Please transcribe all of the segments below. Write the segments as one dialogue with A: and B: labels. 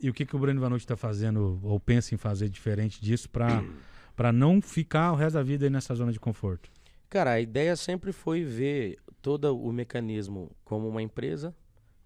A: E o que, que o Bruno Vanucci está fazendo ou pensa em fazer diferente disso para para não ficar o resto da vida aí nessa zona de conforto?
B: Cara, a ideia sempre foi ver todo o mecanismo como uma empresa,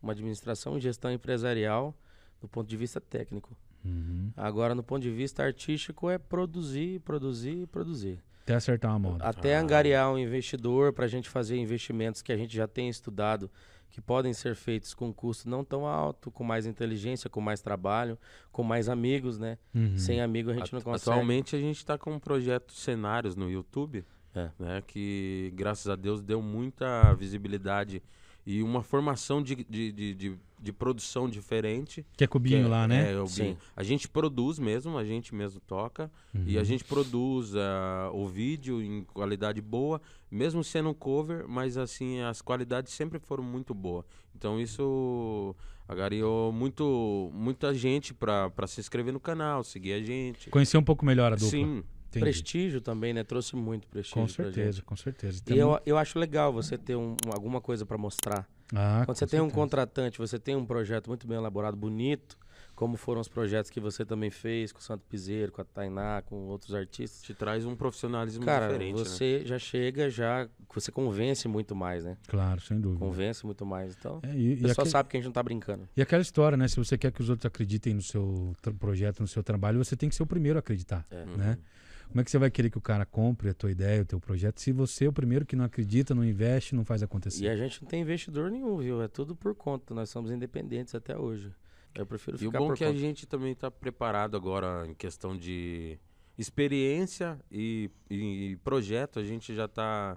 B: uma administração e gestão empresarial do ponto de vista técnico.
A: Uhum.
B: Agora, no ponto de vista artístico, é produzir, produzir, produzir.
A: Até acertar uma moda.
B: Até angariar um investidor para a gente fazer investimentos que a gente já tem estudado, que podem ser feitos com custo não tão alto, com mais inteligência, com mais trabalho, com mais amigos, né?
A: Uhum.
B: Sem amigo a gente não
C: At-
B: consegue.
C: Atualmente a gente está com um projeto de cenários no YouTube,
B: É.
C: né, que graças a Deus deu muita visibilidade e uma formação de, de, de, de, de produção diferente.
A: Que é
C: que
A: cubinho
C: é-
A: lá, né?
C: é, o
B: Sim.
C: Binho. A gente produz mesmo, a gente mesmo toca
B: Uhum.
C: e a gente produz ah, o vídeo em qualidade boa, mesmo sendo um cover, mas assim as qualidades sempre foram muito boas. Então isso agariou muito muita gente para se inscrever no canal, seguir a gente.
A: Conhecer um pouco melhor a dupla.
C: Sim,
A: Entendi.
B: Prestígio também, né? Trouxe muito prestígio.
A: Com
B: pra gente.
A: certeza, com certeza.
B: E eu, eu acho legal você ter um- um- alguma coisa para mostrar.
A: Ah,
B: Quando você tem um contratante, você tem um projeto muito bem elaborado, bonito, como foram os projetos que você também fez com o Santo Piseiro, com a Tainá, com outros artistas.
C: te traz um profissionalismo
B: Cara,
C: diferente. né?
B: você já chega, já você convence muito mais, né?
A: Claro, sem dúvida.
B: Convence muito mais. Então,
A: É, e,
B: o
A: e,
B: pessoal
A: aque-
B: sabe que a gente não tá brincando.
A: e aquela história, né? Se você quer que os outros acreditem no seu tra- projeto, no seu trabalho, você tem que ser o primeiro a acreditar,
B: É.
A: né? Como é que você vai querer que o cara compre a tua ideia, o teu projeto, se você é o primeiro que não acredita, não investe, não faz acontecer?
B: E a gente não tem investidor nenhum, viu? É tudo por conta. Nós somos independentes até hoje. Eu prefiro
C: E o
B: ficar
C: bom
B: por
C: é que
B: conta.
C: a gente também está preparado agora em questão de experiência e, e projeto. A gente já está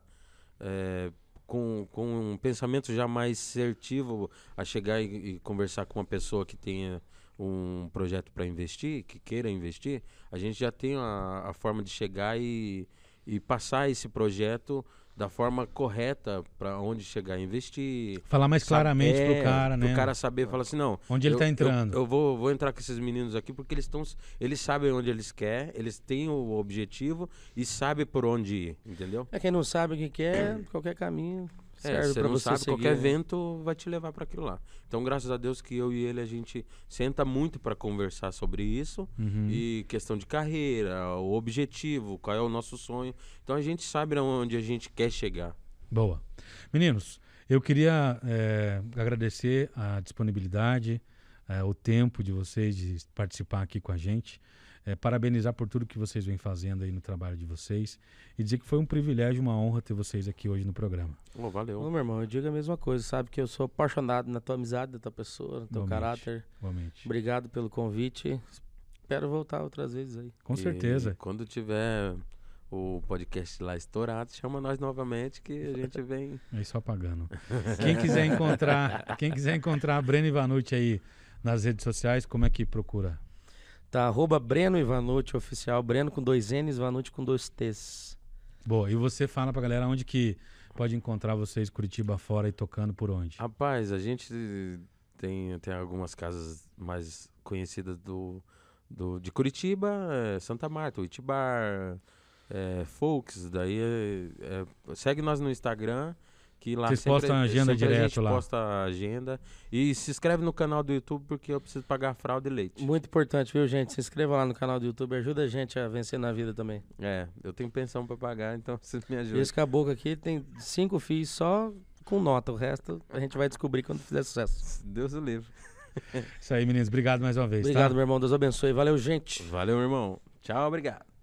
C: com, com um pensamento já mais assertivo a chegar e, e conversar com uma pessoa que tenha um projeto para investir, que queira investir. A gente já tem a, a forma de chegar e, e passar esse projeto da forma correta para onde chegar a investir.
A: Falar mais claramente
C: É,
A: pro cara, né?
C: Pro cara saber, falar assim, não.
A: Onde ele
C: eu-
A: tá entrando.
C: Eu, eu vou, vou entrar com esses meninos aqui porque eles estão. Eles sabem onde eles querem, eles têm o objetivo e sabem por onde ir, entendeu?
B: É quem não sabe o que quer, qualquer caminho
C: É,
B: serve
C: você
B: pra
C: não
B: você
C: sabe,
B: seguir,
C: qualquer
B: né?
C: vento vai te levar para aquilo lá. Então, graças a Deus que eu e ele, a gente senta muito para conversar sobre isso.
A: Uhum.
C: E questão de carreira, o objetivo, qual é o nosso sonho. Então, a gente sabe onde a gente quer chegar.
A: Boa. Meninos, eu queria eh, agradecer a disponibilidade, eh, o tempo de vocês de participar aqui com a gente, eh, parabenizar por tudo que vocês vêm fazendo aí no trabalho de vocês e dizer que foi um privilégio, uma honra ter vocês aqui hoje no programa.
C: Ô,
A: Então
C: valeu.
B: Ô, meu irmão, eu digo a mesma coisa, sabe que eu sou apaixonado na tua amizade, na tua pessoa, no teu
A: Igualmente.
B: caráter.
A: Igualmente.
B: Obrigado pelo convite. Espero voltar outras vezes aí.
A: Com
C: E
A: certeza.
C: Quando tiver o podcast lá estourado, chama nós novamente que a gente vem.
A: Aí só pagando. Quem quiser encontrar, quem quiser encontrar a Breno Ivanucci aí nas redes sociais, como é que procura?
B: Tá, arroba Breno Ivanucci oficial, Breno com dois N's, Ivanucci com dois T's.
A: Boa, e você fala pra galera onde que pode encontrar vocês Curitiba fora e tocando por onde?
C: Rapaz, a gente tem, tem algumas casas mais conhecidas do, do, de Curitiba, eh, Santa Marta, Uitibar, é, Folks, daí eh, eh, segue nós no Instagram. Que lá
A: Vocês
C: sempre,
A: postam a agenda
C: sempre a
A: direto
C: gente
A: lá.
C: posta a agenda. E se inscreve no canal do YouTube porque eu preciso pagar a fralda e leite.
B: Muito importante, viu, gente? Se inscreva lá no canal do YouTube, ajuda a gente a vencer na vida também.
C: É, eu tenho pensão pra pagar, então vocês me ajudam.
B: Esse caboclo aqui tem cinco filhos só com nota, o resto a gente vai descobrir quando fizer sucesso.
C: Deus o livre.
A: Isso aí, meninos. Obrigado mais uma vez. tá?
B: Obrigado, meu irmão, Deus abençoe. Valeu, gente.
C: Valeu, irmão. Tchau, obrigado.